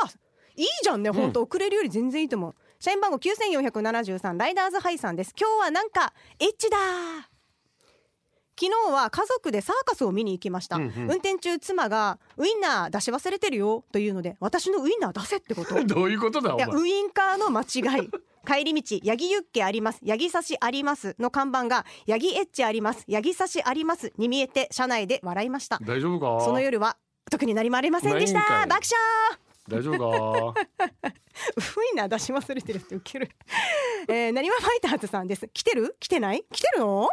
Speaker 2: いいじゃんね本当、遅れるより全然いいと思う社員番号9473ライダーズハイさんです今日はなんかエッチだ昨日は家族でサーカスを見に行きました、
Speaker 1: うんうん
Speaker 2: 運転中妻がウインナー出し忘れてるよというので私のウインナー出せってこと
Speaker 1: どういうことだお
Speaker 2: いや
Speaker 1: 前
Speaker 2: ウインカーの間違い 帰り道ヤギユッケありますヤギ刺しありますの看板がヤギエッチありますヤギ刺しありますに見えて車内で笑いました
Speaker 1: 大丈夫か
Speaker 2: その夜は特に何もありませんでした
Speaker 1: ないんかい
Speaker 2: 爆笑
Speaker 1: 大丈夫か
Speaker 2: ウインナー出し忘れてるってウケる、 えー、なにわファイターズさんです来てる来てない来てるの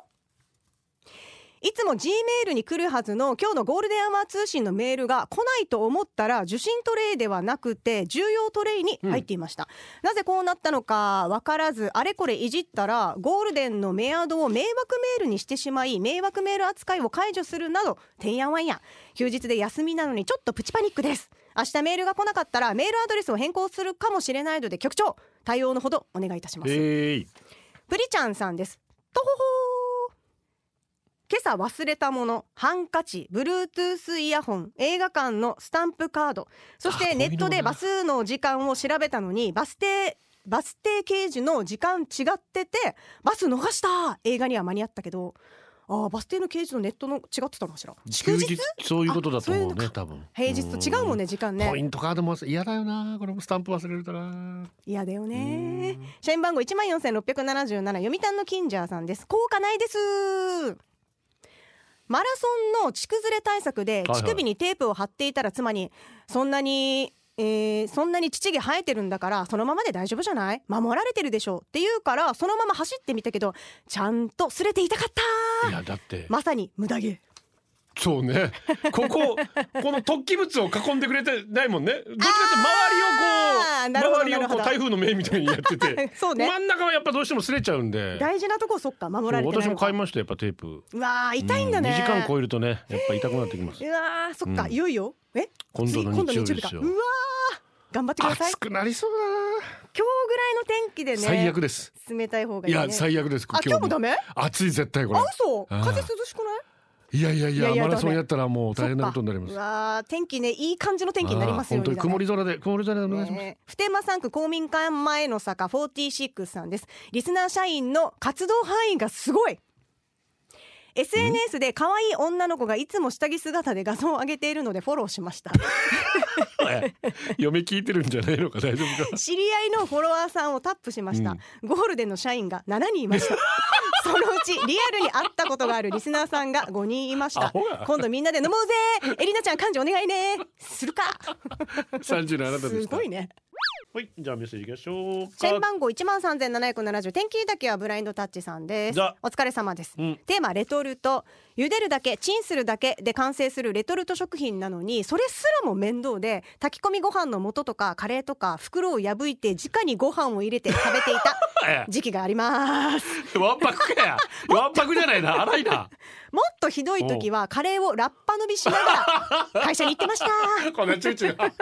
Speaker 2: いつも G メールに来るはずの今日のゴールデンアワー通信のメールが来ないと思ったら受信トレイではなくて重要トレイに入っていました、なぜこうなったのかわからずあれこれいじったらゴールデンのメアドを迷惑メールにしてしまい迷惑メール扱いを解除するなどてんやわんや休日で休みなのにちょっとプチパニックです明日メールが来なかったらメールアドレスを変更するかもしれないので局長対応のほどお願いいたします、
Speaker 1: えい
Speaker 2: プリちゃんさんです。とほほー今朝忘れたもの、ハンカチ、Bluetooth イヤホン、映画館のスタンプカード、そし
Speaker 1: あこ
Speaker 2: て
Speaker 1: うい
Speaker 2: ネ
Speaker 1: うの
Speaker 2: ットでバスの時間を調べたのに、バス停、バス停掲示の時間違ってて、バス逃した映画には間に合ったけど、ああバス停の掲示のネットの違ってたのかしら
Speaker 1: 休日そういうことだと思う
Speaker 2: あそういう
Speaker 1: ね
Speaker 2: の
Speaker 1: 多分
Speaker 2: 平日と違うもんね時間
Speaker 1: うんポイ
Speaker 2: ね
Speaker 1: ントカードも嫌だよなこれもスタンプ忘れるとな
Speaker 2: 嫌だよ
Speaker 1: う
Speaker 2: ね
Speaker 1: ん
Speaker 2: 社員番号一万四千六百七十七読谷のキンジャーさんです効果ないですマラソンの乳崩れ対策で
Speaker 1: はい
Speaker 2: 乳首にテープを貼っていたら妻にそんなにえーそんなに乳毛生えてるんだからそのままで大丈夫じゃない守られてるでしょって言うからそのまま走ってみたけどちゃんと擦れていたかった
Speaker 1: いやだって
Speaker 2: まさに無駄毛
Speaker 1: そう ね。ここ、この突起物を囲んでくれてないもんね。どっちかっていうと
Speaker 2: あー
Speaker 1: 周
Speaker 2: な
Speaker 1: り
Speaker 2: る
Speaker 1: をこう、周りをこう
Speaker 2: ほどなるほど
Speaker 1: 台風の目みたいにやってて。
Speaker 2: そうね
Speaker 1: 真ん中はやっぱどうしても擦れちゃうんで。
Speaker 2: 大事なとこそっか守られてない
Speaker 1: 私
Speaker 2: の
Speaker 1: も
Speaker 2: か
Speaker 1: 買いましたよやっぱテープ。
Speaker 2: うわー痛いんだね、
Speaker 1: う2時間超えるとね、やっぱ痛くなってきます
Speaker 2: う。わーそっか、
Speaker 1: うん
Speaker 2: いよいよえ
Speaker 1: 今度の
Speaker 2: 次今度
Speaker 1: 日曜日で
Speaker 2: か
Speaker 1: す
Speaker 2: う
Speaker 1: よ
Speaker 2: わー頑張ってください
Speaker 1: 暑
Speaker 2: 今日
Speaker 1: くなりそう
Speaker 2: ぐらいの天気で
Speaker 1: だ
Speaker 2: ね
Speaker 1: な。最悪です。
Speaker 2: 進めたい方が
Speaker 1: い
Speaker 2: いい、ね、
Speaker 1: や最悪です。
Speaker 2: あ今日もダメ
Speaker 1: 暑い絶対これ
Speaker 2: あ。嘘
Speaker 1: あー
Speaker 2: 風涼しくない
Speaker 1: いやいやい
Speaker 2: いや
Speaker 1: や
Speaker 2: いや
Speaker 1: マラソ
Speaker 2: ダ
Speaker 1: ン
Speaker 2: メ
Speaker 1: やったらもう大変なことになりま
Speaker 2: う
Speaker 1: す。
Speaker 2: わー天気ねいい感じの天気になりますよう
Speaker 1: あー本当に曇り
Speaker 2: 皆
Speaker 1: 空で曇り空でお
Speaker 2: さん
Speaker 1: 願いします。
Speaker 2: ねえ普天間産区公民館前の坂46さんですリスナー社員の活動範囲がすごい SNS で可愛い女の子がいつも下着姿で画像を上げているのでフォローしました
Speaker 1: 嫁聞いてるんじゃないのか大丈夫か。
Speaker 2: 知り合いのフォロワーさんをタップしました、ゴールデンの社員が7人いま したそのうちリアルに会ったことがあるリスナーさんが5人いまし
Speaker 1: ア
Speaker 2: た
Speaker 1: ホや
Speaker 2: 今度みんなで飲もうぜエリナちゃん漢字お願いねするか
Speaker 1: 三十のあなたでし
Speaker 2: す
Speaker 1: た
Speaker 2: ごい。ね
Speaker 1: はい、じゃあメッセージいきましょうか。
Speaker 2: 社員番号1万3770天気だけはブラインドタッチさんです
Speaker 1: じゃあ
Speaker 2: お疲れ様です、
Speaker 1: うん
Speaker 2: テーマレトルト茹でるだけチンするだけで完成するレトルト食品なのにそれすらも面倒で炊き込みご飯の素とかカレーとか袋を破いて直にご飯を入れて食べてい た時期があります
Speaker 1: わんぱくかや。 わんぱくじゃないな、荒いな。
Speaker 2: もっとひどい時はカレーをラッパ伸びしながら会社に行ってまし た
Speaker 1: こんなチューチ ュー。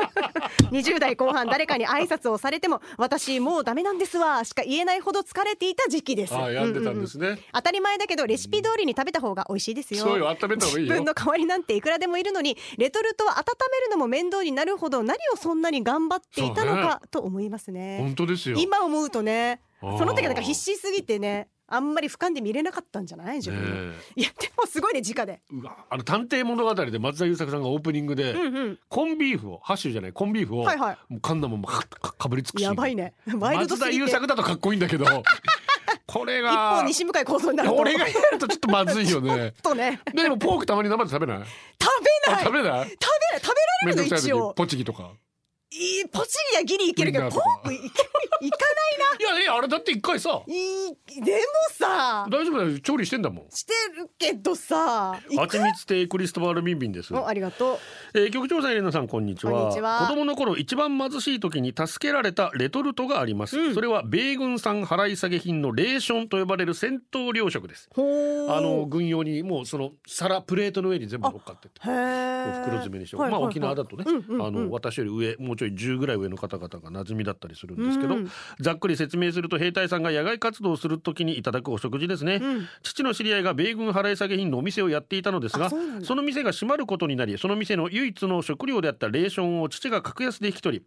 Speaker 2: 20代後半誰かに挨拶をされても私もうダメなんですわしか言えないほど疲れていた時期です
Speaker 1: ああ、やんでたんですね。
Speaker 2: 当たり前だけどレシピ通りに食べた方が美味しいですよ
Speaker 1: そうよ、温めた方がいい
Speaker 2: 自分
Speaker 1: よ。
Speaker 2: の代わりなんていくらでもいるのにレトルトは温めるのも面倒になるほど何をそんなに頑張っていたの
Speaker 1: そうね
Speaker 2: かと思いますね
Speaker 1: 本当ですよ。
Speaker 2: 今思うとね
Speaker 1: あー
Speaker 2: その時はなんか必死すぎてねあんまり俯瞰で見れなかったんじゃない自分の、
Speaker 1: ねえ
Speaker 2: いやでもすごいね直で
Speaker 1: うわあの探偵物語で松田優作さんがオープニングで、
Speaker 2: うんうん
Speaker 1: コンビーフをハッシュじゃないコンビーフを、
Speaker 2: はいはい
Speaker 1: もう噛んだままかかかぶりつくし
Speaker 2: やばいねワイル
Speaker 1: 松
Speaker 2: ドす
Speaker 1: 田
Speaker 2: ぎて
Speaker 1: 優
Speaker 2: 一
Speaker 1: 作だとかっこいいんだけ どこれ
Speaker 2: 本
Speaker 1: が
Speaker 2: 西向井構造になると
Speaker 1: 俺がやるとちょっとまずいよ ね
Speaker 2: とね
Speaker 1: でもポークたまに生で食べない
Speaker 2: 食べ
Speaker 1: あ
Speaker 2: ない
Speaker 1: 食べない
Speaker 2: 食べ食べら
Speaker 1: めんど
Speaker 2: れる
Speaker 1: くさい
Speaker 2: の一
Speaker 1: 時
Speaker 2: 応
Speaker 1: ポチギとか
Speaker 2: いいポチリはギリいけるけ
Speaker 1: ウイ
Speaker 2: ど
Speaker 1: ンナー
Speaker 2: ポ
Speaker 1: とか
Speaker 2: ークいけいかない
Speaker 1: いやいやあれだって一回さ
Speaker 2: ないいでもさ
Speaker 1: 大丈夫だよ調理してんだもん
Speaker 2: してるけどさい
Speaker 1: あちみつ亭クリストバルビンビンです、
Speaker 2: おありがとう
Speaker 1: えー局長さんエレナさんこんにちは
Speaker 2: こんにちは
Speaker 1: 子供の頃一番貧しい時に助けられたレトルトがあります、それは米軍産払い下げ品のレーションと呼ばれる戦闘糧食です
Speaker 2: ほー
Speaker 1: あの軍用にもうその皿プレートの上に全部乗っかってて
Speaker 2: へ
Speaker 1: こう
Speaker 2: ー
Speaker 1: 袋詰めにして、
Speaker 2: はい
Speaker 1: まあ
Speaker 2: はいはい
Speaker 1: 沖縄だとね、
Speaker 2: うんうんうん
Speaker 1: あの私より上もうちょい10ぐらい上の方々が馴染みだったりするんですけど、
Speaker 2: うん
Speaker 1: ざっくり説明すると兵隊さんが野外活動をする時にいただくお食事ですね、
Speaker 2: うん
Speaker 1: 父の知り合いが米軍払い下げ品のお店をやっていたのですが
Speaker 2: あそうなんだ
Speaker 1: その店が閉まることになりその店の唯一の食料であったレーションを父が格安で引き取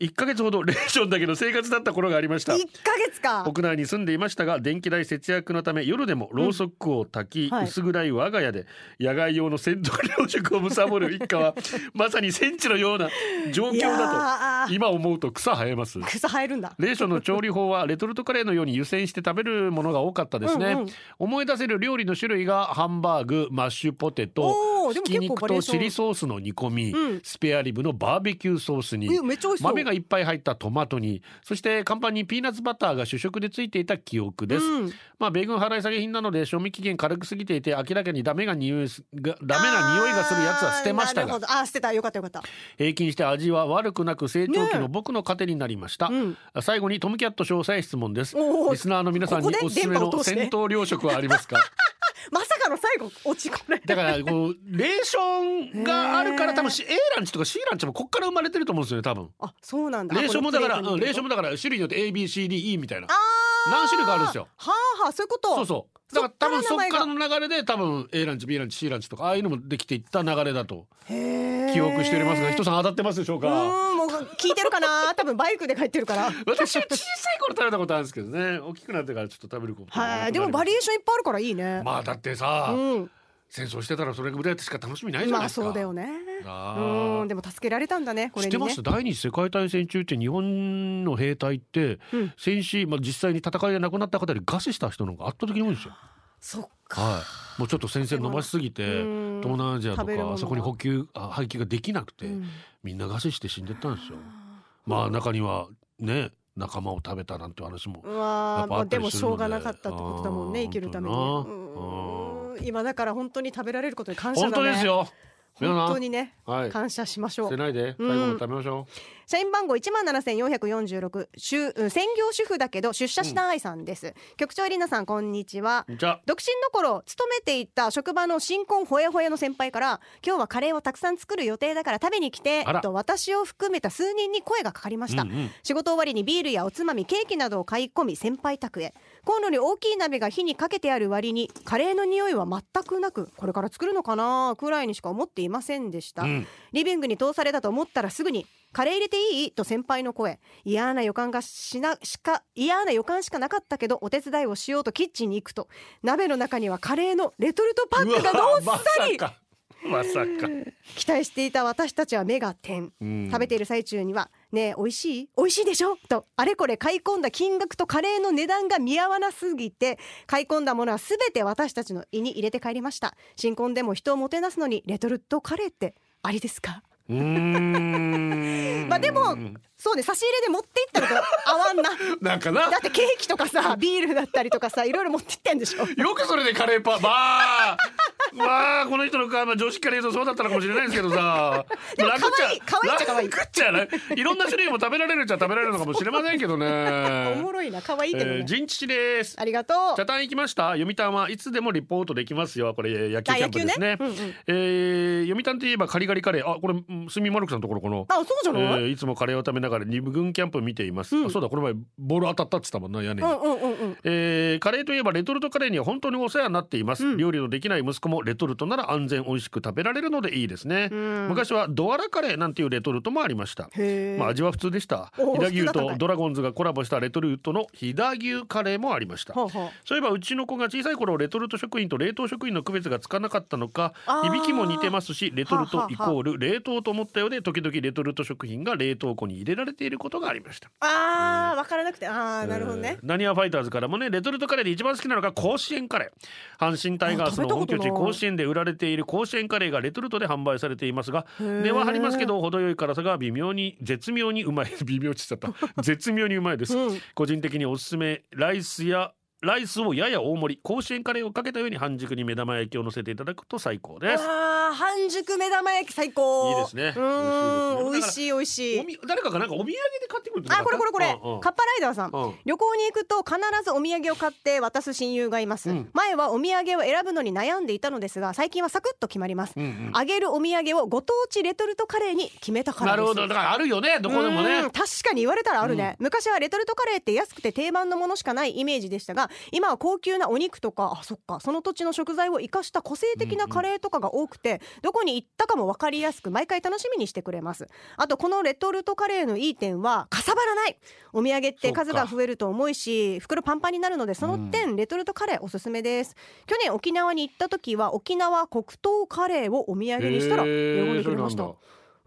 Speaker 1: り1ヶ月ほどレーションだけの生活だった頃がありました
Speaker 2: 一ヶ月か
Speaker 1: 屋内に住んでいましたが電気代節約のため夜でもろうそくを焚き、
Speaker 2: はい
Speaker 1: 薄暗い我が家で野外用の戦闘糧食を貪る一家はまさに戦地のような状況だ
Speaker 2: だ
Speaker 1: と今思うと草生えます。
Speaker 2: 草生えるんだ
Speaker 1: レーションの調理法はレトルトカレーのように湯煎して食べるものが多かったですね、
Speaker 2: うんうん
Speaker 1: 思い出せる料理の種類がハンバーグマッシュポテ
Speaker 2: お
Speaker 1: ト
Speaker 2: ーで
Speaker 1: ひ
Speaker 2: も
Speaker 1: き
Speaker 2: 結構
Speaker 1: 肉
Speaker 2: バリエ
Speaker 1: と
Speaker 2: ーション
Speaker 1: チリソースの煮込み、
Speaker 2: うん
Speaker 1: スペアリブのバーベキューソースに
Speaker 2: えめっちゃ美味しそう
Speaker 1: 豆がいっぱい入ったトマトにそして看板にピーナッツバターが主食でついていた記憶です、
Speaker 2: うん
Speaker 1: まあ米軍払い下げ品なので賞味期限軽く過ぎていて明らかにダメが匂いすがダメな匂いがするやつは捨てました
Speaker 2: あーなる
Speaker 1: が
Speaker 2: ほどあー捨てたよかったよかった
Speaker 1: 平均して味は悪くなく成長期
Speaker 2: ね
Speaker 1: の
Speaker 2: え
Speaker 1: 僕の糧になりました、
Speaker 2: うん
Speaker 1: 最後にトムキャット詳細質問です
Speaker 2: おー
Speaker 1: リスナーの皆さん
Speaker 2: こ
Speaker 1: に
Speaker 2: こで
Speaker 1: おすすめ
Speaker 2: 電波
Speaker 1: の
Speaker 2: を通して
Speaker 1: 戦闘糧食はありますか
Speaker 2: まさかの最後落ちこれ
Speaker 1: だからこうレーションがあるから
Speaker 2: へえ
Speaker 1: 多分 A ランチとか C ランチもこっから生まれてると思うんですよね多分
Speaker 2: あそうなんだ
Speaker 1: レーションもだから
Speaker 2: この
Speaker 1: うん
Speaker 2: プ
Speaker 1: レー
Speaker 2: レー
Speaker 1: シ
Speaker 2: ト
Speaker 1: ョン
Speaker 2: に
Speaker 1: もだから種類によって ABCDE みたいな
Speaker 2: あー
Speaker 1: 何種類かあるんですよ
Speaker 2: はあはあそういうこと
Speaker 1: そうそうだから多分そ
Speaker 2: そっ
Speaker 1: っ
Speaker 2: から名前が
Speaker 1: からの流れで多分 A ランチ B ランチ C ランチとかああいうのもできていった流れだと記
Speaker 2: 記
Speaker 1: 憶しておりますが人さん当たってますでしょう
Speaker 2: う
Speaker 1: か
Speaker 2: ーんもう聞いてるかな多分バイクで帰ってるから
Speaker 1: 私は小さい頃食べたことあるんですけどね大きくなってからちょっと食べることが
Speaker 2: は
Speaker 1: 多くなりました
Speaker 2: いでもバリエーションいっぱいあるからいいね
Speaker 1: まあだってさ、
Speaker 2: うん
Speaker 1: 戦争してたらそれぐらいしか楽しみないじゃない
Speaker 2: まあ
Speaker 1: ですか、
Speaker 2: そうだよ
Speaker 1: ね
Speaker 2: ね
Speaker 1: あー
Speaker 2: うんでも助けられたんだねこ
Speaker 1: 知
Speaker 2: れ
Speaker 1: って
Speaker 2: に
Speaker 1: ま
Speaker 2: ね
Speaker 1: した第二次世界大戦中って日本の兵隊って
Speaker 2: うん
Speaker 1: 戦死、まあ、実際に戦いで亡くなった方より餓死した人の方が圧倒的に多いんですよ。
Speaker 2: そっか
Speaker 1: はい、もうちょっと戦線伸ばしすぎて
Speaker 2: うん
Speaker 1: 東南アジアと
Speaker 2: 食べる
Speaker 1: か
Speaker 2: ものが
Speaker 1: あそこに補給あ配給ができなくて、
Speaker 2: うん
Speaker 1: みんな餓死して死んでったんですよ。まあ中にはね仲間を食べたなんて話も
Speaker 2: うわ
Speaker 1: や
Speaker 2: あ
Speaker 1: っぱあ
Speaker 2: まあ
Speaker 1: った
Speaker 2: で
Speaker 1: り
Speaker 2: も
Speaker 1: す
Speaker 2: し
Speaker 1: るので
Speaker 2: ょうがなかったってことだもんね
Speaker 1: あー
Speaker 2: 生きるために
Speaker 1: 本当
Speaker 2: う
Speaker 1: になん
Speaker 2: うん今だから本当に食べられることに感謝だ
Speaker 1: 本
Speaker 2: ね
Speaker 1: 当ですよ。皆さん
Speaker 2: 本当にね
Speaker 1: はい、捨
Speaker 2: 感謝しましょう
Speaker 1: てないで最後まで食べましょ
Speaker 2: 社員番号一万七千四百四十六、就うん専業主婦だけど出社した愛さんです。局長エリナさんこんにちは
Speaker 1: う。。じゃあ
Speaker 2: 独身の頃勤めていた職場の新婚ほやほやの先輩から今日はカレーをたくさん作る予定だから食べに来て
Speaker 1: あら
Speaker 2: と私を含めた数人に声がかかりました、
Speaker 1: うんうん
Speaker 2: 仕事終わりにビールやおつまみケーキなどを買い込み先輩宅へコンロに大きい鍋が火にかけてある割にカレーの匂いは全くなくこれから作るのかなくらいにしか思っていませんでした、
Speaker 1: うん
Speaker 2: リビングに通されたと思ったらすぐに「カレー入れていい?」と先輩の声嫌な予感がしなしか嫌な予感しかなかったけどお手伝いをしようとキッチンに行くと鍋の中にはカレーのレトルトパックがどっ
Speaker 1: うわ
Speaker 2: さり
Speaker 1: まさかまさか、
Speaker 2: 期待していた私たちは目が点
Speaker 1: うん
Speaker 2: 食べている最中には「ねえ美味しい美味しいでしょ?」とあれこれ買い込んだ金額とカレーの値段が見合わなすぎて買い込んだものは全て私たちの胃に入れて帰りました新婚でも人をもてなすのにレトルトカレーってありですか
Speaker 1: うーん
Speaker 2: まあでもそうね差し入れで持っていったのと 合わんな
Speaker 1: なんかな
Speaker 2: だってケーキとかさビールだったりとかさいろいろ持ってってんでしょ
Speaker 1: よくそれでカレーパンまあまあこの人の顔、まあ、女子カレーとそうだったのかもしれないですけどさ
Speaker 2: でも
Speaker 1: まあ楽っちゃ
Speaker 2: 可愛い可愛いっちゃ可愛い
Speaker 1: 楽っちゃねいろんな種類も食べられるっちゃ食べられるのかもしれませんけどね
Speaker 2: おもろいな可愛いけど
Speaker 1: えー
Speaker 2: ね、
Speaker 1: 陣地です
Speaker 2: ありがと
Speaker 1: チャ
Speaker 2: う
Speaker 1: タン行きました読谷はいつでもリポートできますよこれ野球キャンプですね
Speaker 2: あ野球ねうんうん
Speaker 1: えー読谷といえばカリカリカレーあこれうんスミマルクさんのところこの
Speaker 2: あそうじゃ
Speaker 1: え
Speaker 2: ない、
Speaker 1: ーいつもカレーを食べながら二軍キャンプ見ています、あそうだこの前ボール当たったって言ったもんな屋根に、
Speaker 2: うんうんうんうん
Speaker 1: えーカレーといえばレトルトカレーには本当にお世話になっています、料理のできない息子もレトルトなら安全美味しく食べられるのでいいですね、昔はドアラカレーなんていうレトルトもありました
Speaker 2: へえ、
Speaker 1: まあ味は普通でした
Speaker 2: お
Speaker 1: 飛騨
Speaker 2: 普通
Speaker 1: 牛
Speaker 2: だったんだ
Speaker 1: とドラゴンズがコラボしたレトルトの飛騨牛カレーもありました
Speaker 2: ほうほう
Speaker 1: そういえばうちの子が小さい頃レトルト職員と冷凍職員の区別がつかなかったのか
Speaker 2: あー
Speaker 1: 響きも似てますしレトル
Speaker 2: は
Speaker 1: ト
Speaker 2: あはあ
Speaker 1: イコール冷凍と思ったようで時々レトルト食品が冷凍庫に入れられていることがありました
Speaker 2: あーわからなくてあーなるほどね
Speaker 1: え、ーなにわファイターズからもねレトルトカレーで一番好きなのが甲子園カレー阪神タイガースの本拠
Speaker 2: あ食べ
Speaker 1: 地
Speaker 2: たことない
Speaker 1: 甲子園で売られている甲子園カレーがレトルトで販売されていますが値は張りますけど程よい辛さが微妙に絶妙にうまい 微妙って言っちゃった絶妙にうまいです、
Speaker 2: うん
Speaker 1: 個人的におすすめライスやライスをやや大盛り甲子園カレーをかけたように半熟に目玉焼きを乗せていただくと最高です
Speaker 2: あー半熟目玉焼き最高
Speaker 1: いいですね
Speaker 2: うー
Speaker 1: 美
Speaker 2: ん美
Speaker 1: 味
Speaker 2: 味
Speaker 1: し
Speaker 2: しい美味しい
Speaker 1: おみ誰かがなんかお土産で買ってくるってなか
Speaker 2: あ
Speaker 1: った
Speaker 2: これこれこれ、
Speaker 1: うんうん
Speaker 2: カッパライダーさん、
Speaker 1: うん
Speaker 2: 旅行に行くと必ずお土産を買って渡す親友がいます、
Speaker 1: うん
Speaker 2: 前はお土産を選ぶのに悩んでいたのですが最近はサクッと決まります、
Speaker 1: うんうん
Speaker 2: あげるお土産をご当地レトルトカレーに決めたか
Speaker 1: な
Speaker 2: らです
Speaker 1: るほどだからあるよねどこでもね
Speaker 2: うん確かに言われたらあるね、昔はレトルトカレーって安くて定番のものしかないイメージでしたが今は高級なお肉とかあそっかその土地の食材を生かした個性的なカレーとかが多くて、どこに行ったかも分かりやすく毎回楽しみにしてくれますあとこのレトルトカレーのいい点はかさばらないお土産って数が増えると重いし袋パンパンになるのでその点、レトルトカレーおすすめです去年沖縄に行った時は沖縄黒糖カレーをお土産にしたら喜んでくれました、
Speaker 1: へー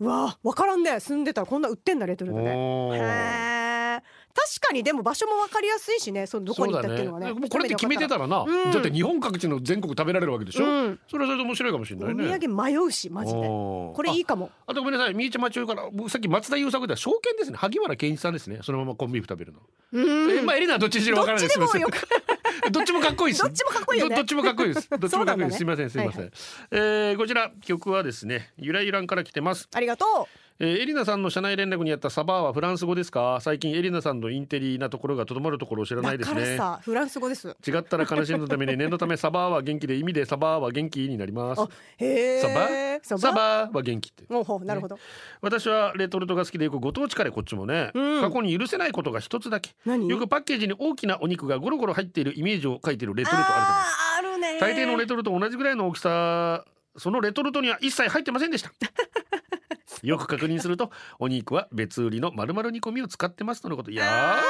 Speaker 2: うわあわからんね住んでたらこんな売ってんだレトルトでへ
Speaker 1: おー
Speaker 2: え確かにでも場所もわかりやすいしねそのどこに行ったっていうのはね
Speaker 1: そうだもうこれって決めてたらな、
Speaker 2: うん
Speaker 1: だって日本各地の全国食べられるわけでしょ、
Speaker 2: うん
Speaker 1: それはそれで面白いかもしれ
Speaker 2: お
Speaker 1: ないね
Speaker 2: 土産迷うしマジで
Speaker 1: おー
Speaker 2: これいいかも
Speaker 1: あとごめんなさい三重町中から僕さっき松田優作では証券ですね萩原健一さんですねそのままコンビーフ食べるの、
Speaker 2: うん
Speaker 1: えまあエリナはどっちにしろわからないです
Speaker 2: どっちでも
Speaker 1: す
Speaker 2: よ
Speaker 1: いません どっちもかっこいいです
Speaker 2: どっちもかっこいいよ
Speaker 1: ど
Speaker 2: ね
Speaker 1: どっちもかっこいい ですどっちもかっこいいです、す
Speaker 2: そ
Speaker 1: いうま
Speaker 2: なんだ
Speaker 1: せ
Speaker 2: ね
Speaker 1: んすいません、えーこちら曲はですねゆらゆらんから来てます
Speaker 2: ありがとう
Speaker 1: えーエリナさんの社内連絡にあったサバはフランス語ですか最近エリナさんのインテリなところがとどまるところを知らない
Speaker 2: だ
Speaker 1: です
Speaker 2: から
Speaker 1: ね
Speaker 2: さフランス語です
Speaker 1: 違ったら悲しむために念のためサバは元気で意味でサバは元気になります
Speaker 2: あへえ
Speaker 1: サバサバは元気って
Speaker 2: おほうなるほど、
Speaker 1: 私はレトルトが好きでよくご当地カレーこっちもね、
Speaker 2: うん
Speaker 1: 過去に許せないことが一つだけ
Speaker 2: 何
Speaker 1: よくパッケージに大きなお肉がゴロゴロ入っているイメージを書いているレトルトあるじゃない
Speaker 2: あーあるね
Speaker 1: 大抵のレトルトと同じぐらいの大きさそのレトルトには一切入ってませんでしたよく確認するとお肉は別売りの丸々煮込みを使ってますとのこといや
Speaker 2: あ
Speaker 1: ー
Speaker 2: ー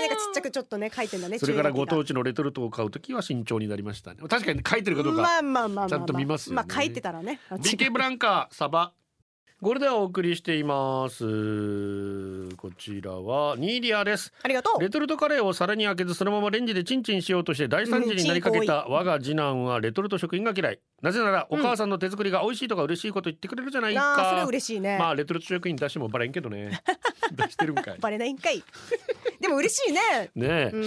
Speaker 2: なんかちっちゃくちょっとね書いてんだね
Speaker 1: それからご
Speaker 2: 注意書
Speaker 1: 当地のレトルトを買うときは慎重になりましたね確かに書いてるかどう
Speaker 2: き
Speaker 1: か、
Speaker 2: がまあまあまあまあまあ
Speaker 1: ちゃんと見ますよね
Speaker 2: まあ書いてたらねあ
Speaker 1: BK ブランカサバこれではお送りしていますこちらはニーリアです
Speaker 2: ありがとう
Speaker 1: レトルトカレーを皿に開けずそのままレンジでチンチンしようとして大惨事になりかけた我が次男はレトルト食品が嫌いなぜならお母さんの手作りが美味しいとか嬉しいこと言ってくれるじゃない
Speaker 2: なあそれは
Speaker 1: か
Speaker 2: 嬉しいね、
Speaker 1: まあレトルト食品出してもバレんけど ね出してるんかい
Speaker 2: バレないん かいでも嬉しいね
Speaker 1: ねえ、
Speaker 2: うん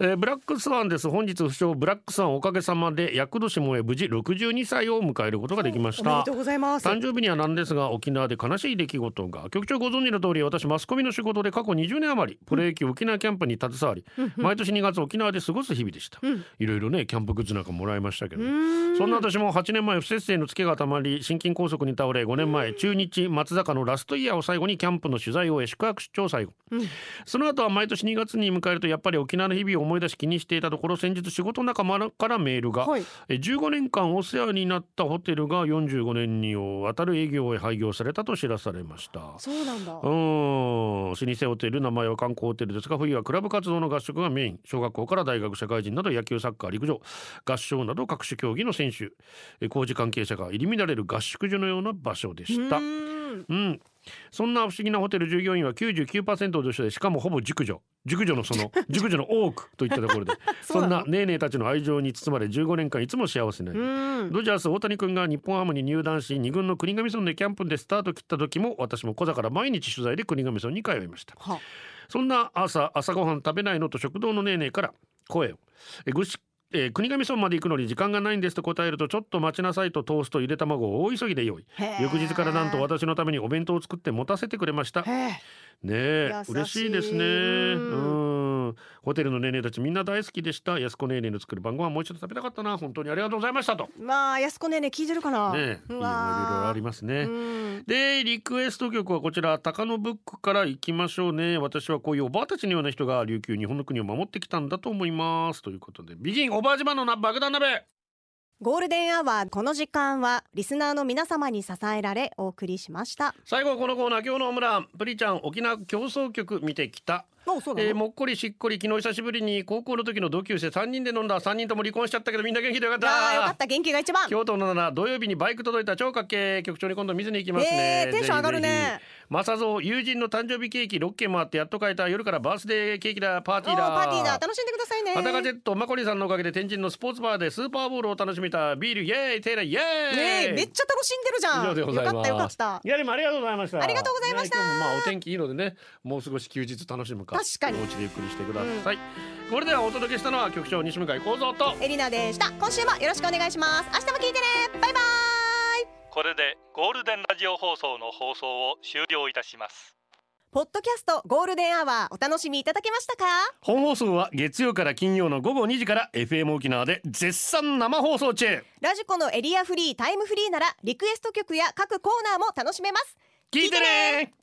Speaker 1: えーブラックスワンです本日不詳ブラックスワンおかげさまで厄年もえ無事62歳を迎えることができまし
Speaker 2: おめで
Speaker 1: た
Speaker 2: とうございます
Speaker 1: 誕生日にはなんですが沖縄で悲しい出来事が局長ご存知の通り私マスコミの仕事で過去20年余りプロ野球沖縄キャンプに携わり、毎年2月沖縄で過ごす日々でした、
Speaker 2: ん
Speaker 1: いろいろねキャンプグッズなんかもらいましたけど、
Speaker 2: うん
Speaker 1: そんな私も8年前不節制のツケがたまり心筋梗塞に倒れ5年前中日松坂のラストイヤーを最後にキャンプの取材を終え宿泊出張を最後、その後は毎年2月に迎えるとやっぱり沖縄の日々を思い出し気にしていたところ先日仕事仲間からメールが、
Speaker 2: はい
Speaker 1: え15年間お世話になったホテルが45年にわたる営業へ廃業されたと知らされました。
Speaker 2: そうなんだ
Speaker 1: うーん老舗ホテル名前は観光ホテルですが冬はクラブ活動の合宿がメイン小学校から大学社会人など野球サッカー陸上合唱など各種競技の選手え工事関係者が入り乱れる合宿所のような場所でした。
Speaker 2: うん
Speaker 1: うん、そんな不思議なホテル従業員は99%を女子でしかもほぼ熟女熟女の その熟女の多くといったところで
Speaker 2: そ
Speaker 1: そ
Speaker 2: うんなの
Speaker 1: なネーネーたちの愛情に包まれ15年間いつも幸せな日々
Speaker 2: うん
Speaker 1: ドジャース大谷君が日本ハムに入団し2軍の国頭村でキャンプでスタート切った時も私も小座から毎日取材で国頭村に通いました
Speaker 2: は
Speaker 1: そんな朝朝ごはん食べないのと食堂のねえねえから声をえぐしえー国頭村まで行くのに時間がないんですと答えるとちょっと待ちなさいとトーストゆで卵を大急ぎで用意
Speaker 2: へー
Speaker 1: 翌日からなんと私のためにお弁当を作って持たせてくれましたね
Speaker 2: へえ
Speaker 1: え
Speaker 2: 優
Speaker 1: 嬉し
Speaker 2: しい
Speaker 1: いですね
Speaker 2: うん
Speaker 1: うんホテルのねえねえたちみんな大好きでした安子ねえねえの作る晩ご飯もう一度食べたかったな本当にありがとうございましたと
Speaker 2: まあ安子ねえねえ聞いてるかな
Speaker 1: ねえ、いろ
Speaker 2: う
Speaker 1: いろあり
Speaker 2: ま
Speaker 1: ますね。
Speaker 2: うん
Speaker 1: でリクエスト曲はこちら高野ブックからいきましょうね私はこういうおばあたちのような人が琉球日本の国を守ってきたんだと思いますということで美人おばあ島のな爆弾鍋
Speaker 2: ゴールデンアワーこの時間はリスナーの皆様に支えられお送りしました
Speaker 1: 最後はこのコーナー今日のオムランプリちゃん沖縄競争曲見てきた、
Speaker 2: おそう
Speaker 1: えーもっこりしっこり昨日久しぶりに高校の時の同級生3人で飲んだ3人とも離婚しちゃったけどみんな元気でよかった
Speaker 2: あーよかった元気が一番
Speaker 1: 京都のなら土曜日にバイク届いた超かっけー局長に今度見せに行きますね、
Speaker 2: えーテンション上がるね
Speaker 1: ぜひぜひマサゾー友人の誕生日ケーキ6軒回ってやっと買えた夜からバースデーケーキだパーティーだ
Speaker 2: おーパーティーだ楽しんでくださいね
Speaker 1: ハタカジェットマコリさんのおかげで天神のスポーツバーでスーパーボールを楽しめたビールイエーイテイライイエーイ
Speaker 2: ねえめっちゃ楽しんでるじ
Speaker 1: 以
Speaker 2: ゃ
Speaker 1: 上
Speaker 2: ん
Speaker 1: でございます
Speaker 2: よかったよかった
Speaker 1: いやでもありがとうございました
Speaker 2: ありがとうございました
Speaker 1: ね今日もまあお天気いいのでねもう少し休日楽しむか
Speaker 2: 確かに
Speaker 1: お家でゆっくりしてください、これではお届けしたのは局長西向井光三と
Speaker 2: エリナでした今週もよろしくお願いします明日も聞いてねバイバイ
Speaker 3: これでゴールデンラジオ放送の放送を終了いたします
Speaker 2: ポッドキャストゴールデンアワーお楽しみいただけましたか
Speaker 1: 本放送は月曜から金曜の午後2時から FM 沖縄で絶賛生放送中
Speaker 2: ラジコのエリアフリータイムフリーならリクエスト曲や各コーナーも楽しめます
Speaker 1: 聞いてね